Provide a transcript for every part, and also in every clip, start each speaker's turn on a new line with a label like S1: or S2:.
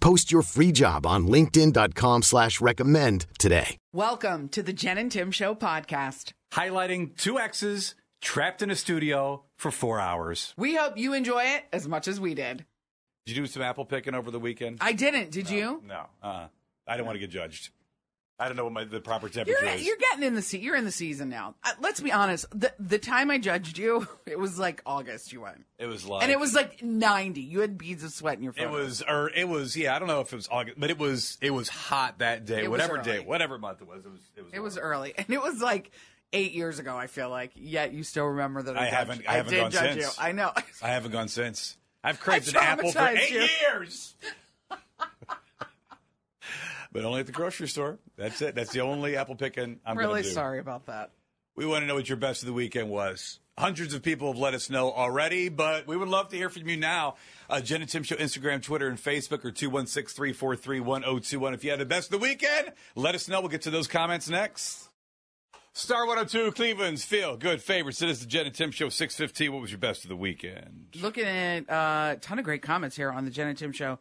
S1: Post your free job on linkedin.com slash recommend today.
S2: Welcome to the Jen and Tim Show podcast.
S3: highlighting two exes trapped in a studio for four hours.
S2: We hope you enjoy it as much as we did.
S3: Did you do some apple picking over the weekend?
S2: I didn't, did you?
S3: no, uh, I don't want to get judged. I don't know what my, the proper temperature
S2: You're,
S3: is.
S2: you're getting in the se- you're in the season now. Uh, let's be honest. The the time I judged you, it was like August you went.
S3: it was like
S2: and it was like 90. You had beads of sweat in your face.
S3: it was or it was yeah I don't know if it was August but it was it was hot that day
S2: It was
S3: whatever
S2: early.
S3: day whatever month it was it was it was
S2: It was
S3: warm.
S2: early, and it was like eight years ago. I feel like, yet you still remember that I,
S3: I
S2: judged-
S3: haven't- I haven't
S2: did
S3: gone
S2: judge
S3: since.
S2: you. I know.
S3: I haven't gone since I've craved
S2: I
S3: an apple for
S2: traumatized
S3: eight
S2: you.
S3: years but only at the grocery store that's it that's the only apple picking I'm
S2: I'm
S3: gonna
S2: really
S3: do.
S2: sorry about that.
S3: We want to know what your best of the weekend was. Hundreds of people have let us know already, but we would love to hear from you now. Uh, Jen and Tim Show, Instagram, Twitter, and Facebook are 216 343 1021. If you had the best of the weekend, let us know. We'll get to those comments next. Star 102, Cleveland's feel good favorites. It is the Jen and Tim Show 615. What was your best of the weekend?
S2: Looking at a uh, ton of great comments here on the Jen and Tim Show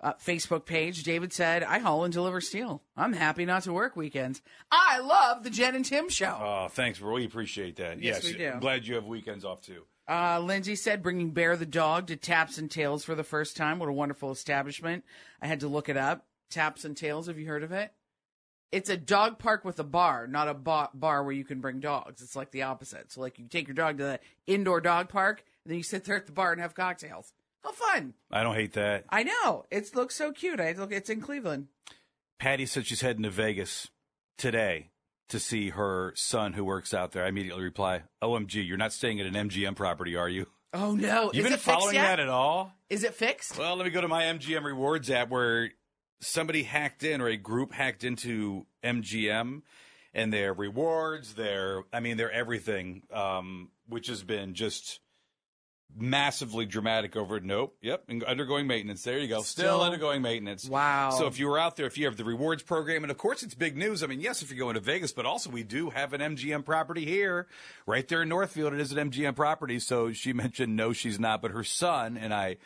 S2: uh, Facebook page. David said, "I haul and deliver steel. I'm happy not to work weekends. I love the Jen and Tim Show."
S3: Oh, thanks, Roy. We appreciate that.
S2: Yes, we do.
S3: I'm glad you have weekends off too.
S2: Uh, Lindsay said, "Bringing Bear the dog to Taps and Tails for the first time. What a wonderful establishment. I had to look it up. Taps and Tails. Have you heard of it?" it's a dog park with a bar, not a ba- bar where you can bring dogs. It's like the opposite. So like you take your dog to the indoor dog park, and then you sit there at the bar and have cocktails. How fun!
S3: I don't hate that.
S2: I know it looks so cute. I look, it's in Cleveland.
S3: Patty said she's heading to Vegas today to see her son who works out there. I immediately reply, "OMG, you're not staying at an MGM property, are you?"
S2: Oh no! Is
S3: You've been
S2: it
S3: following
S2: fixed yet?
S3: that at all?
S2: Is it fixed?
S3: Well, let me go to my MGM Rewards app where somebody hacked in or a group hacked into MGM and their rewards, their I mean, their everything, um, which has been just massively dramatic over nope yep and undergoing maintenance there you go still,
S2: Still-
S3: undergoing maintenance
S2: Wow.
S3: so if you were out there if you have the rewards program and of course it's big news i mean yes if you're going to vegas but also we do have an mgm property here right there in northfield it is an mgm property so she mentioned no she's not but her son and i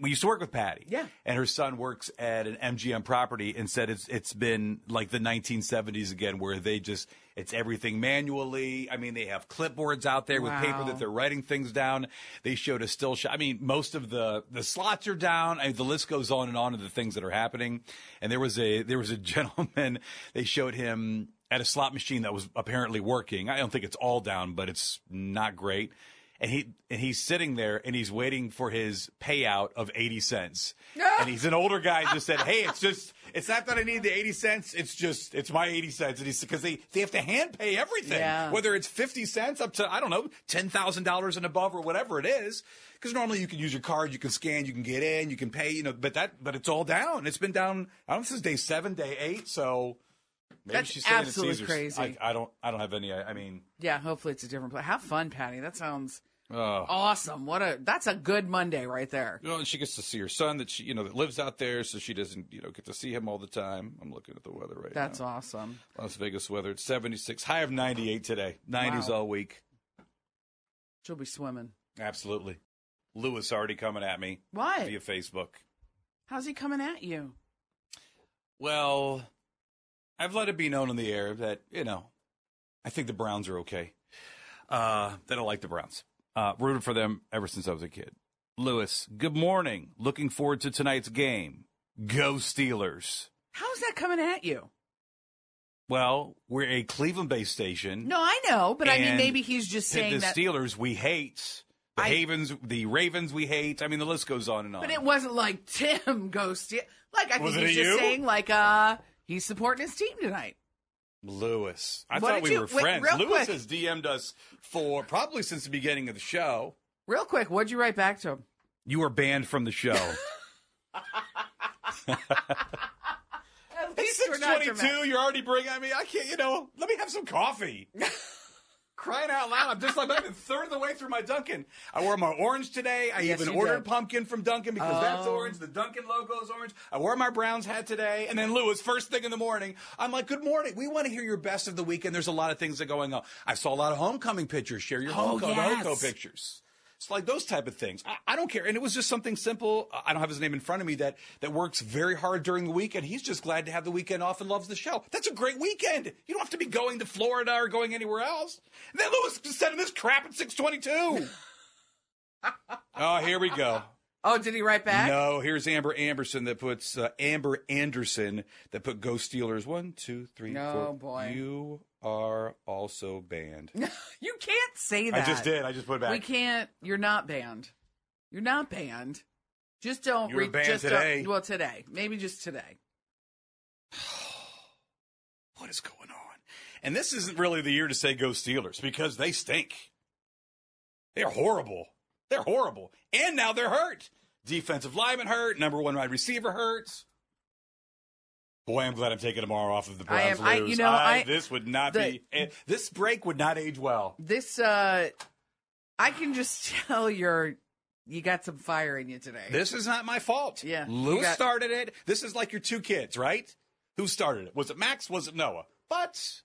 S3: we used to work with patty
S2: Yeah.
S3: and her son works at an mgm property and said it's it's been like the 1970s again where they just it's everything manually i mean they have clipboards out there with paper
S2: Wow.
S3: that they're writing things down. They showed a still shot. I mean, most of the the slots are down. I, the list goes on and on of the things that are happening. And there was a there was a gentleman. They showed him at a slot machine that was apparently working. I don't think it's all down, but it's not great. And he and he's sitting there and he's waiting for his payout of eighty cents. and he's an older guy just said, "Hey, it's just." It's not that I need the 80 cents. It's just, it's my 80 cents. And he's, because they, they have to hand pay everything
S2: Yeah.
S3: whether it's 50 cents up to, I don't know, $10,000 and above or whatever it is. Because normally you can use your card, you can scan, you can get in, you can pay, you know, but that, but it's all down. It's been down, I don't know if this is day seven, day eight, so maybe
S2: That's
S3: she's staying at
S2: absolutely
S3: Caesar's.
S2: crazy.
S3: I, I don't, I don't have any, I, I mean,
S2: yeah. Hopefully it's a different place. Have fun, Patty. That sounds
S3: oh.
S2: awesome. What a that's a good Monday right there.
S3: Well, and she gets to see her son that she, you know, that lives out there, so she doesn't, you know, get to see him all the time. I'm looking at the weather right now.
S2: That's awesome.
S3: Las Vegas weather. It's 76, high of 98 today, 90s
S2: Wow.
S3: all week.
S2: She'll be swimming.
S3: Absolutely. Lewis already coming at me
S2: What?
S3: via Facebook.
S2: How's he coming at you?
S3: Well, I've let it be known on the air that, you know, I think the Browns are okay. Uh, that I like the Browns. Uh, rooted for them ever since I was a kid. Lewis, good morning. Looking forward to tonight's game. Go Steelers.
S2: How's that coming at you?
S3: Well, we're a Cleveland-based station.
S2: No, I know, but I mean,
S3: And
S2: maybe he's just
S3: the-
S2: saying
S3: the
S2: that.
S3: Steelers we hate. The
S2: I-
S3: Havens, the Ravens we hate. I mean, the list goes on and on.
S2: But it wasn't like Tim goes to like I think
S3: Was it
S2: he's
S3: at
S2: just
S3: you?
S2: saying like uh he's supporting his team tonight.
S3: Lewis, I
S2: What
S3: thought
S2: did
S3: we
S2: you-
S3: were
S2: wait,
S3: friends.
S2: real
S3: Lewis
S2: quick.
S3: has DM'd us for probably since the beginning of the show.
S2: Real quick, what'd you write back to him?
S3: You were banned from the show.
S2: At
S3: it's
S2: least we're
S3: six
S2: not
S3: twenty-two. You're already bringing. I mean, I can't. You know, let me have some coffee. Crying out loud! I'm just I'm not even third of the way through my Dunkin'. I wore my orange today. I
S2: Yes,
S3: even
S2: you
S3: ordered
S2: did. Oh.
S3: pumpkin from Dunkin' because that's orange. The Dunkin' logo is orange. I wore my Browns hat today, and then Lewis first thing in the morning. I'm like, "Good morning. We want to hear your best of the weekend." There's a lot of things that are going on. I saw a lot of homecoming pictures. Share your
S2: Oh,
S3: homecoming
S2: yes.
S3: Hoco pictures. It's like those type of things. I, I don't care. And it was just something simple. I- I don't have his name in front of me that that works very hard during the week, and he's just glad to have the weekend off and loves the show. That's a great weekend. You don't have to be going to Florida or going anywhere else. And then Lewis sending this crap at six twenty two. oh, here we go.
S2: Oh, did he write back?
S3: No, here's Amber Anderson that puts uh, Amber Anderson that put Ghost Steelers one, two, three, four.
S2: No, Oh, boy.
S3: You are also banned.
S2: You can't say
S3: I
S2: that.
S3: just did. I just put it back.
S2: We can't. You're not banned. You're not banned. Just don't.
S3: You were banned
S2: just don't-
S3: today.
S2: well, today. Maybe just today.
S3: what is going on? And this isn't really the year to say go Steelers because they stink. They're horrible. They're horrible. And now they're hurt. Defensive lineman hurt. Number one wide receiver hurts. Boy, I'm glad I'm taking tomorrow off of the
S2: I am-
S3: Browns
S2: I- you
S3: lose.
S2: know, I-
S3: this would not
S2: the-
S3: be. eh, This break would not age well.
S2: This. uh I can just tell you're. You got some fire in you today.
S3: This is not my fault.
S2: Yeah, you
S3: Lewis
S2: got-
S3: started it. This is like your two kids, right? Who started it? Was it Max? Was it Noah? But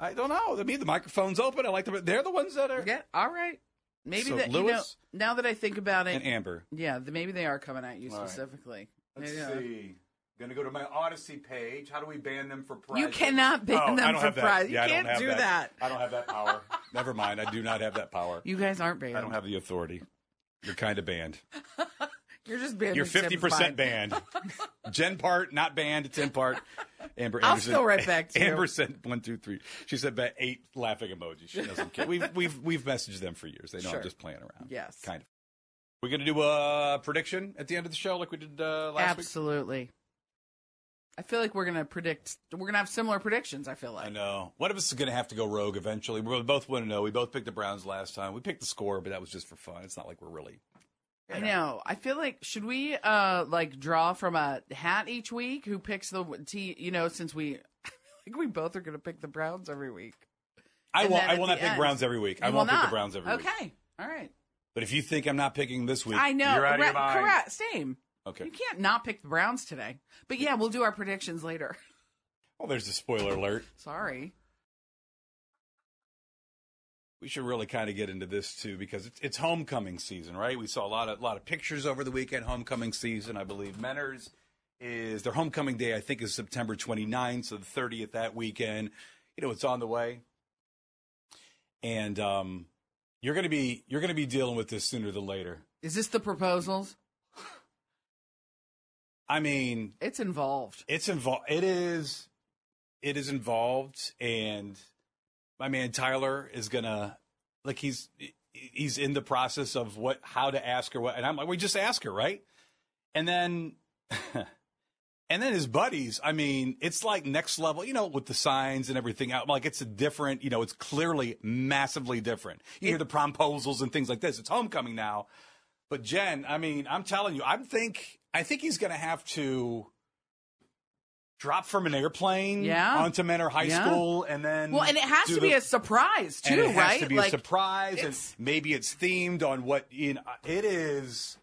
S3: I don't know. I mean, the microphone's open. I like the. They're the ones that are.
S2: Yeah. All right. Maybe
S3: So,
S2: that. you know,
S3: Lewis-
S2: now that I think about it,
S3: and Amber.
S2: yeah, th- maybe they are coming at you
S3: All right.
S2: specifically.
S3: Let's
S2: Maybe they are.
S3: see. Gonna go to my Odyssey page. How do we ban them for prize?
S2: You cannot
S3: Oh,
S2: ban them for prize. You can't do that.
S3: I don't have that power. Never mind. I do not have that power.
S2: You guys aren't banned.
S3: I don't have the authority. You're kind of banned.
S2: You're just banned.
S3: You're
S2: in Tim's
S3: 50%
S2: mind.
S3: banned. Jen part, not banned. Tim part. Amber
S2: I'll
S3: Anderson.
S2: still write back to you.
S3: Amber sent one, two, three. She said about eight laughing emojis. She doesn't care. We've, we've, we've messaged them for years. They know
S2: Sure.
S3: I'm just playing around.
S2: Yes.
S3: Kind of. We're going to do a prediction at the end of the show like we did uh, last week.
S2: Absolutely. I feel like we're gonna predict. We're gonna have similar predictions. I feel like.
S3: I know. One of us is going to have to go rogue eventually. We both want to know. We both picked the Browns last time. We picked the score, but that was just for fun. It's not like we're really.
S2: I know. I feel like should we uh like draw from a hat each week? Who picks the t? You know, since we like we both are gonna pick the Browns every week.
S3: I
S2: And
S3: will.
S2: then
S3: I
S2: at
S3: will
S2: the
S3: not pick
S2: end-
S3: Browns every week. I
S2: You
S3: won't
S2: will
S3: pick
S2: not.
S3: the Browns every week.
S2: Okay. All right.
S3: But if you think I'm not picking this week,
S2: I know.
S3: You're out of your
S2: Ra-
S3: mind.
S2: Correct. Same.
S3: Okay.
S2: You can't not pick the Browns today. But yeah, we'll do our predictions later.
S3: Well, there's a spoiler alert.
S2: Sorry.
S3: We should really kind of get into this too because it's, it's homecoming season, right? We saw a lot of lot of pictures over the weekend. Homecoming season, I believe. Menors is their homecoming day. I think is September 29th, so the 30th that weekend. You know, it's on the way, and um, you're gonna be you're gonna be dealing with this sooner than later.
S2: Is this the proposals?
S3: I mean,
S2: It's involved.
S3: It's involved. It is. It is involved, and my man Tyler is gonna like he's he's in the process of what how to ask her what, and I'm like, we just ask her right, and then. And then his buddies, I mean, it's like next level, you know, with the signs and everything out. Like it's a different, you know, it's clearly massively different. You hear the proposals and things like this. It's homecoming now. But Jen, I mean, I'm telling you, I'm think I think he's going to have to drop from an airplane
S2: Yeah.
S3: onto Menor High
S2: Yeah.
S3: School and then
S2: Well, and it has
S3: do
S2: to be
S3: the-
S2: a surprise too,
S3: and it has
S2: right?
S3: to be a surprise and
S2: it's-
S3: maybe it's themed on what you know, it is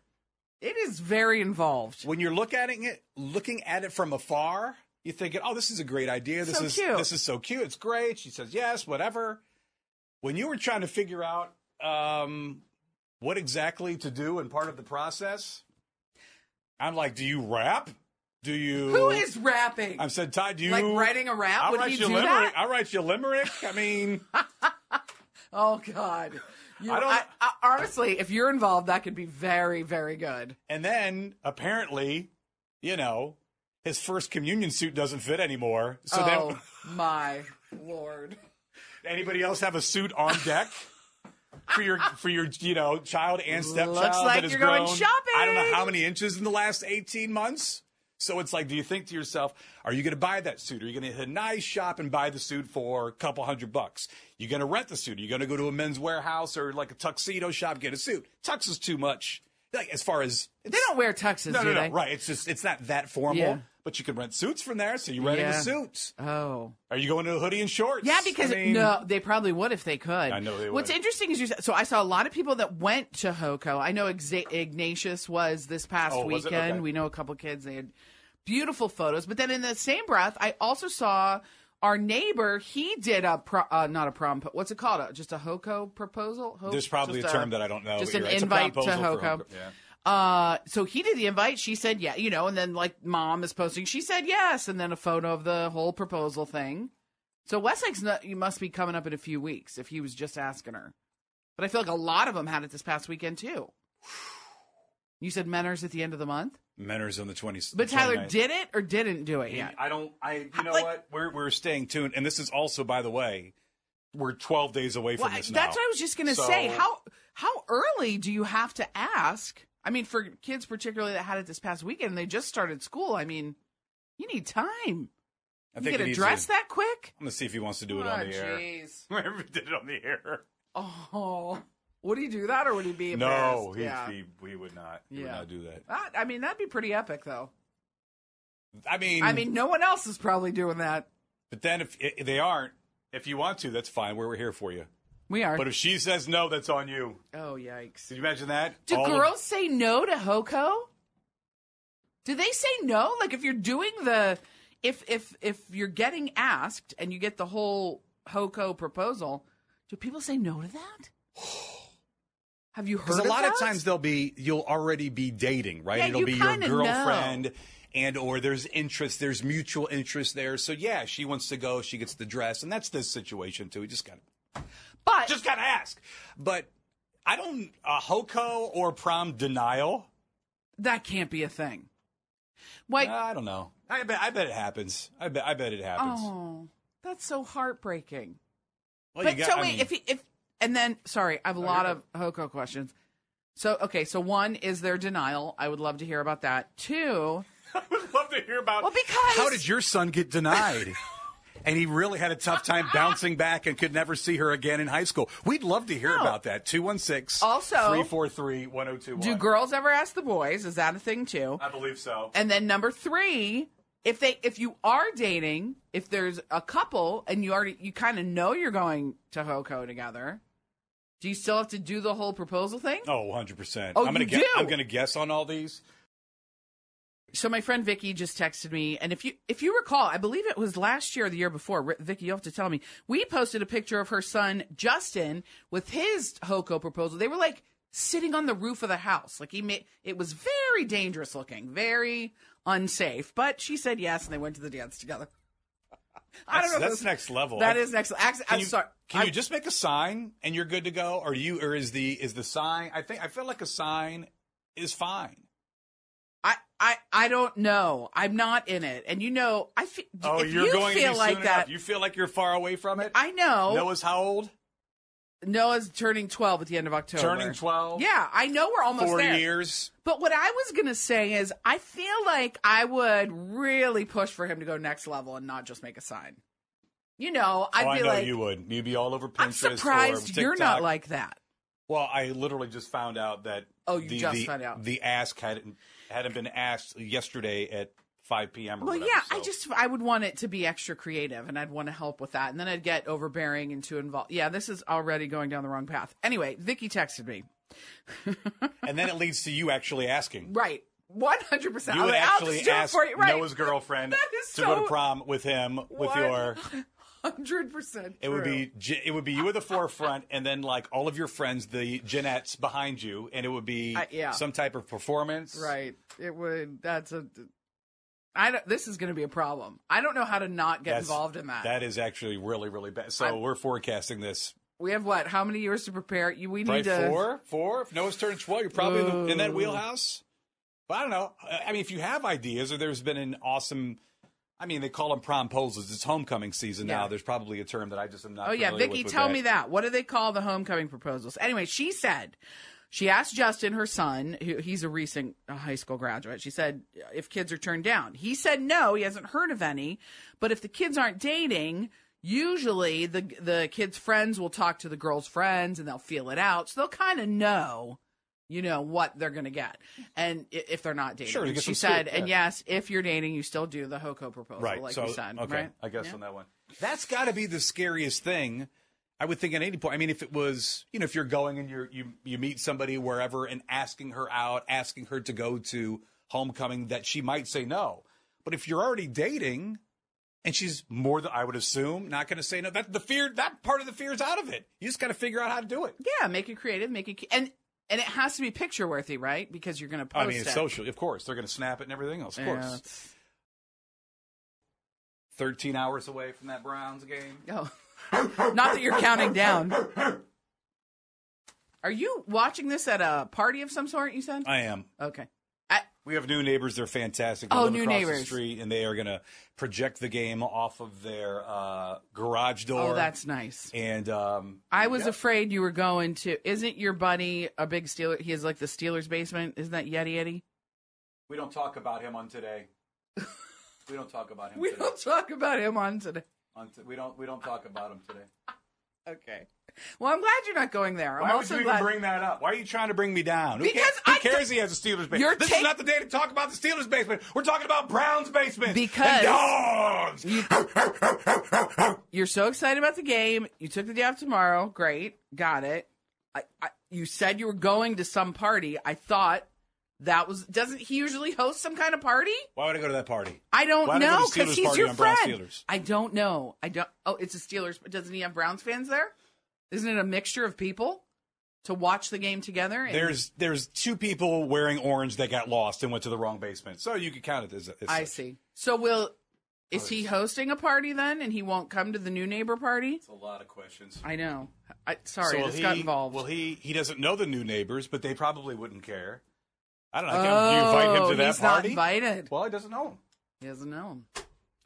S2: it is very involved.
S3: when you're looking at it, looking at it from afar, you're thinking, "Oh, this is a great idea. This
S2: So
S3: is
S2: cute.
S3: this is so cute. It's great." She says, "Yes, whatever." When you were trying to figure out um, what exactly to do and part of the process, I'm like, "Do you rap? Do you?"
S2: Who is rapping?
S3: I said, "Todd, do you
S2: Like writing a rap?
S3: I'll
S2: Would
S3: write
S2: he
S3: you a
S2: do
S3: limerick.
S2: that?
S3: I'll write you a limerick. I mean,
S2: Oh God! You,
S3: I
S2: I
S3: don't-
S2: I- honestly, if you're involved, that could be very, very good.
S3: and then apparently, you know, his first communion suit doesn't fit anymore. So
S2: oh
S3: then,
S2: my lord.
S3: anybody else have a suit on deck for your for your you know child and stepchild?
S2: like
S3: that has
S2: you're going
S3: grown,
S2: shopping.
S3: I don't know how many inches in the last eighteen months. So it's like, do you think to yourself, are you going to buy that suit? Are you going to hit a nice shop and buy the suit for a couple hundred bucks? You going to rent the suit? Are you going to go to a men's warehouse or like a tuxedo shop get a suit? Tux is too much. Like as far as
S2: They don't wear tuxes,
S3: no,
S2: do
S3: no, no,
S2: they?
S3: right. It's just it's not that formal.
S2: Yeah.
S3: But you can rent suits from there, so you're renting
S2: Yeah.
S3: a suit.
S2: Oh.
S3: Are you going to a hoodie and shorts?
S2: Yeah, because
S3: I mean,
S2: no, they probably would if they could. I
S3: know they
S2: What's
S3: would.
S2: interesting is you. So I saw a lot of people that went to Hoko. I know Exa- Ignatius was this past
S3: Oh, was it?
S2: weekend.
S3: Okay.
S2: We know a couple kids. They had beautiful photos. But then in the same breath, I also saw our neighbor. He did a pro- uh, not a prom, but what's it called? A, just a Hoko proposal. Ho-
S3: There's probably
S2: just
S3: a term that I don't know.
S2: Just an
S3: but you're right. It's a
S2: invite to
S3: proposal
S2: Hoko.
S3: for Yeah.
S2: Uh, so he did the invite. She said, yeah, you know, and then like mom is posting, she said yes, and then a photo of the whole proposal thing. So Westlake's not, you must be coming up in a few weeks if he was just asking her. But I feel like a lot of them had it this past weekend too. You said Menors at the end of the month,
S3: Menors on the 20th.
S2: but Tyler
S3: 29th.
S2: did it or didn't do it
S3: He-
S2: yet.
S3: I don't. I. You know
S2: Like-
S3: what? We're we're staying tuned, and this is also, by the way, we're 12 days away from
S2: Well, I-
S3: this now.
S2: that's what I was just gonna
S3: So-
S2: say. How how early do you have to ask? I mean, for kids particularly that had it this past weekend, they just started school. I mean, you need time.
S3: I
S2: You
S3: think
S2: get
S3: he
S2: a
S3: needs
S2: dress
S3: to-
S2: that Oh, quick?
S3: I'm gonna see if he wants to do it on the air.
S2: jeez.
S3: Remember, he did it on the air.
S2: Oh, would he do that or would he be
S3: No,
S2: embarrassed?
S3: he,
S2: yeah.
S3: he he would not. He would
S2: Yeah.
S3: not do that.
S2: That- I mean, that'd be pretty epic, though.
S3: I mean,
S2: I mean, no one else is probably doing that.
S3: But then if, if they aren't, if you want to, that's fine. We're, we're here for you.
S2: We are.
S3: But if she says no, that's on you.
S2: oh, yikes.
S3: Did you imagine that?
S2: Do
S3: All of-
S2: girls say no to Hoko? Do they say no? Like, if you're doing the, if if if you're getting asked and you get the whole Hoko proposal, do people say no to that? Have you heard?
S3: Because a lot of
S2: that?
S3: times they'll be, you'll already be dating, right?
S2: Yeah,
S3: It'll
S2: you
S3: be your
S2: kinda know.
S3: girlfriend, and or there's interest, there's mutual interest there. So yeah, she wants to go, she gets the dress, and that's this situation too. We just got
S2: but
S3: just gotta ask. But I don't uh, hoco or prom denial.
S2: that can't be a thing. Like,
S3: I don't know. I bet, I bet it happens. I bet, I bet it happens.
S2: oh, that's so heartbreaking.
S3: Well,
S2: but
S3: you got-
S2: so
S3: I
S2: wait,
S3: mean-
S2: if he, if and then sorry, I have a lot of Hoko questions. So okay, so one is their denial. I would love to hear about that. Two,
S3: would love to hear about
S2: well, because
S4: How did your son get denied? and he really had a tough time bouncing back and could never see her again in high school. We'd love to hear
S2: No.
S4: about that. 216
S2: also
S3: 343 1021.
S2: do girls ever ask the boys? Is that a thing too?
S3: I believe so.
S2: And then number three, if they if you are dating, if there's a couple and you already you kind of know you're going to Hoko together, do you still have to do the whole proposal thing?
S3: Oh, 100%.
S2: Oh,
S3: I'm gonna
S2: you
S3: guess,
S2: do?
S3: I'm going to guess on all these.
S2: So my friend Vicky just texted me, and if you if you recall, I believe it was last year or the year before. Ri- Vicky, you have to tell me. We posted a picture of her son Justin with his Hoko proposal. They were like sitting on the roof of the house, like he made it was very dangerous looking, very unsafe. But she said yes, and they went to the dance together. I don't know.
S3: That's,
S2: if
S3: that's
S2: it was-
S3: next level.
S2: That
S3: I-
S2: is next. Actually,
S3: Can
S2: I'm
S3: you,
S2: sorry.
S3: Can
S2: I-
S3: you just make a sign and you're good to go or you or is the is the sign I think I feel like a sign is fine.
S2: I, I I don't know. I'm not in it, and you know, I feel.
S3: Oh,
S2: if you feel like that.
S3: You feel like you're far away from it?
S2: I know.
S3: Noah's how old?
S2: Noah's turning 12 at the end of October.
S3: Turning 12?
S2: Yeah, I know we're almost
S3: 4
S2: there.
S3: years.
S2: But what I was going to say is I feel like I would really push for him to go next level and not just make a sign. You know, I'd
S3: oh,
S2: be
S3: I know
S2: like
S3: you would. You'd be all over Pinterest
S2: I'm
S3: or
S2: surprised
S3: TikTok.
S2: you're not like that.
S3: Well, I literally just found out that.
S2: Oh, you
S3: the,
S2: just
S3: the,
S2: found out.
S3: the ask hadn't hadn't been asked yesterday at 5 p.m. Or
S2: Well,
S3: whatever,
S2: yeah, I
S3: so-
S2: just I would want it to be extra creative, and I'd want to help with that, and then I'd get overbearing and too involved. Yeah, this is already going down the wrong path. Anyway, Vicky texted me.
S3: and then it leads to you actually asking.
S2: Right, one hundred percent.
S3: You would
S2: I'll
S3: actually
S2: just do it
S3: ask
S2: for you. Right,
S3: Noah's girlfriend
S2: That is
S3: to go
S2: so-
S3: to prom with him with your.
S2: hundred percent.
S3: It would be J- it would be you at the forefront, and then like all of your friends, the Jeanettes behind you, and it would be
S2: I- yeah.
S3: some type of performance.
S2: Right. It would. That's a. I don't, this is going to be a problem. I don't know how to not get
S3: That's-
S2: involved in that.
S3: That is actually really really bad. So
S2: I'm-
S3: we're forecasting this.
S2: We have what? How many years to prepare? You, we
S3: Right,
S2: need to.
S3: four, four. If Noah's turning twelve, you're probably in, the, in that
S2: Ooh.
S3: wheelhouse. But I don't know. I I mean, if you have ideas, or there's been an awesome. I mean, they call them promposals. It's homecoming season now.
S2: Yeah.
S3: There's probably a term that I just am not.
S2: Oh yeah,
S3: familiar
S2: Vicky,
S3: with with
S2: tell me that. What do they call the homecoming proposals? Anyway, she said she asked Justin, her son, who he's a recent uh, high school graduate. She said if kids are turned down. He said no, he hasn't heard of any. But if the kids aren't dating, usually the the kids' friends will talk to the girls' friends and they'll feel it out, so they'll kind of know. You know what they're going to get, and i- if they're not dating,
S3: Sure, to
S2: And
S3: get
S2: she
S3: some scoop,
S2: said, and
S3: yeah.
S2: yes, if you're dating, you still do the Hoko proposal,
S3: Right.
S2: like
S3: so
S2: you said,
S3: okay,
S2: right?
S3: I guess
S2: Yeah.
S3: on that one, that's got to be the scariest thing. I would think at any point. I mean, if it was, you know, if you're going and you're you you meet somebody wherever and asking her out, asking her to go to homecoming, that she might say no. But if you're already dating, and she's more than I would assume not going to say no. That the fear that part of the fear is out of it. You just got to figure out how to do it.
S2: Yeah, make it creative, make it and and it has to be picture worthy, right? Because you're going to post
S3: I mean, it's
S2: it.
S3: social, of course. They're going to snap it and everything else, of
S2: Yeah,
S3: course.
S2: it's-
S3: 13 hours away from that Browns game.
S2: Oh. Not that you're counting down. Are you watching this at a party of some sort? You said
S3: I am.
S2: okay. I,
S3: We have new neighbors. They're fantastic. They
S2: Oh,
S3: live
S2: new
S3: across The
S2: neighbors.
S3: street, and they are going to project the game off of their uh, garage door.
S2: oh, that's nice.
S3: And um,
S2: I was
S3: yeah.
S2: afraid you were going to. Isn't your buddy a big Steeler? He has like the Steelers basement. Isn't that Yeti Yeti?
S3: We don't talk about him on today. we don't talk about him.
S2: We
S3: today.
S2: don't talk about him on today.
S3: On t- we don't. We don't talk about him today.
S2: Okay. Well, I'm glad you're not going there.
S3: Why
S2: I'm
S3: would
S2: also
S3: you even
S2: glad.
S3: bring that up? Why are you trying to bring me down? Who
S2: Because
S3: cares, who
S2: I
S3: cares he has a Steelers basement?
S2: You're
S3: this
S2: take-
S3: is not the day to talk about the Steelers basement. We're talking about Browns basement.
S2: Because-
S3: and dogs.
S2: you're so excited about the game. You took the day off tomorrow. Great. Got it. I, I, you said you were going to some party. I thought that was. Doesn't he usually host some kind of party?
S3: Why would I go to that party?
S2: I don't
S3: Why don't
S2: know
S3: we do the
S2: because
S3: Steelers
S2: he's
S3: party
S2: your
S3: on Brown
S2: friend.
S3: Steelers?
S2: I don't know. I don't. Oh, it's a Steelers. But doesn't he have Browns fans there? Isn't it a mixture of people to watch the game together? And-
S3: There's there's two people wearing orange that got lost and went to the wrong basement, so you could count it as. as
S2: I
S3: such.
S2: see. So will is he hosting a party then, and he won't come to the new neighbor party?
S3: It's a lot of questions.
S2: I know. I, sorry,
S3: will
S2: this got
S3: he-
S2: involved.
S3: Well, he he doesn't know the new neighbors, but they probably wouldn't care. I don't know. Can um, you invite him
S2: Oh,
S3: to that
S2: he's not
S3: party?
S2: invited.
S3: Well, he doesn't know him.
S2: He doesn't know him.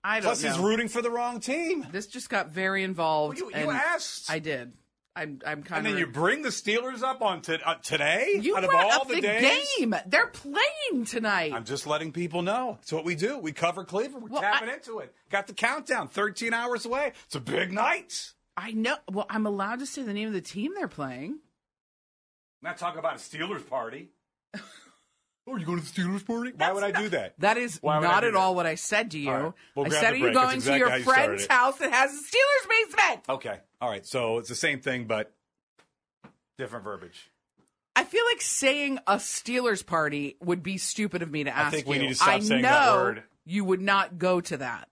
S2: I don't
S3: Plus,
S2: know.
S3: he's rooting for the wrong team.
S2: This just got very involved.
S3: Well, you- you
S2: and
S3: asked.
S2: I did. I'm. I'm kind
S3: And then
S2: of.
S3: you bring the Steelers up on to, uh, today
S2: you
S3: out of
S2: brought
S3: all
S2: up
S3: the,
S2: the,
S3: days.
S2: game. They're playing tonight.
S3: I'm just letting people know. It's what we do. We cover Cleveland. We're
S2: Well,
S3: tapping
S2: I-
S3: into it. Got the countdown. 13 hours away. It's a big night.
S2: I know. Well, I'm allowed to say the name of the team they're playing.
S3: not talking about a Steelers party. oh, you going to the Steelers party? Why would I do that?
S2: That is
S3: Why would I
S2: not
S3: do
S2: at
S3: that?
S2: all what I said to you.
S3: All right. We'll
S2: I
S3: grab
S2: said,
S3: the
S2: "Are you
S3: break.
S2: going
S3: That's
S2: to
S3: exactly how
S2: your
S3: you started
S2: friend's
S3: it.
S2: house that has a Steelers basement?"
S3: Okay. All right. So it's the same thing, but different verbiage.
S2: I feel like saying a Steelers party would be stupid of me to ask
S3: think we
S2: you.
S3: need to stop
S2: I
S3: saying
S2: know
S3: that word.
S2: you would not go to that.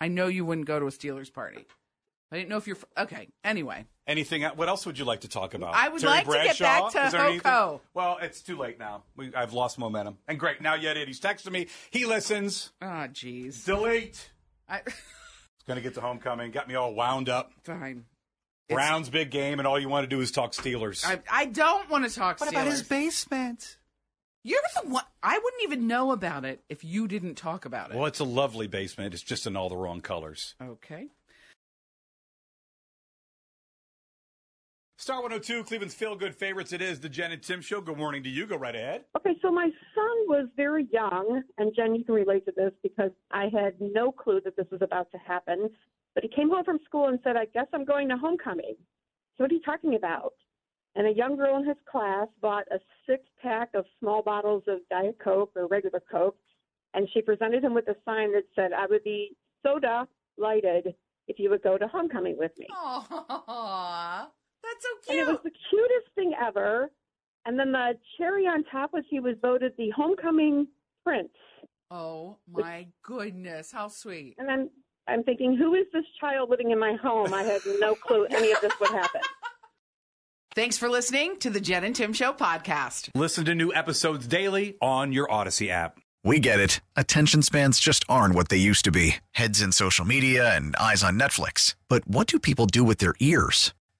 S2: I know you wouldn't go to a Steelers party. I didn't know if you're fr- okay. Anyway,
S3: Anything? What else would you like to talk about?
S2: I would
S3: Terry
S2: like to get
S3: Bradshaw?
S2: back to
S3: Is there anything-
S2: Hoko.
S3: Well, it's too late now. We, I've lost momentum. And great. Now yet Eddie's texting me. He listens.
S2: ah, jeez.
S3: Delete.
S2: I
S3: It's going to get to homecoming. Got me all wound up.
S2: fine. It's-
S3: Browns big game, and all you want to do is talk Steelers.
S2: I, I don't want to talk. Steelers.
S3: basement?
S2: You're the one. I wouldn't even know about it if you didn't talk about it.
S3: Well, it's a lovely basement. It's just in all the wrong colors.
S2: Okay.
S3: Star 102, Cleveland's feel good favorites. It is the Jen and Tim show. Good morning to you. Go right ahead.
S5: Okay, so my son was very young, and Jen, you can relate to this because I had no clue that this was about to happen. But he came home from school and said, I guess I'm going to homecoming. So, what are you talking about? And a young girl in his class bought a six pack of small bottles of Diet Coke or regular Coke, and she presented him with a sign that said, I would be soda lighted if you would go to homecoming with me.
S2: Aww, that's so
S5: And it was
S2: cute.
S5: the cutest thing ever. And then the cherry on top was he was voted the homecoming prince.
S2: Oh my goodness, how sweet.
S5: And then I'm thinking, who is this child living in my home? I had no clue any of this would happen.
S2: Thanks for listening to the Jen and Tim Show podcast.
S3: Listen to new episodes daily on your Odyssey app.
S6: We get it. Attention spans just aren't what they used to be heads in social media and eyes on Netflix. But what do people do with their ears?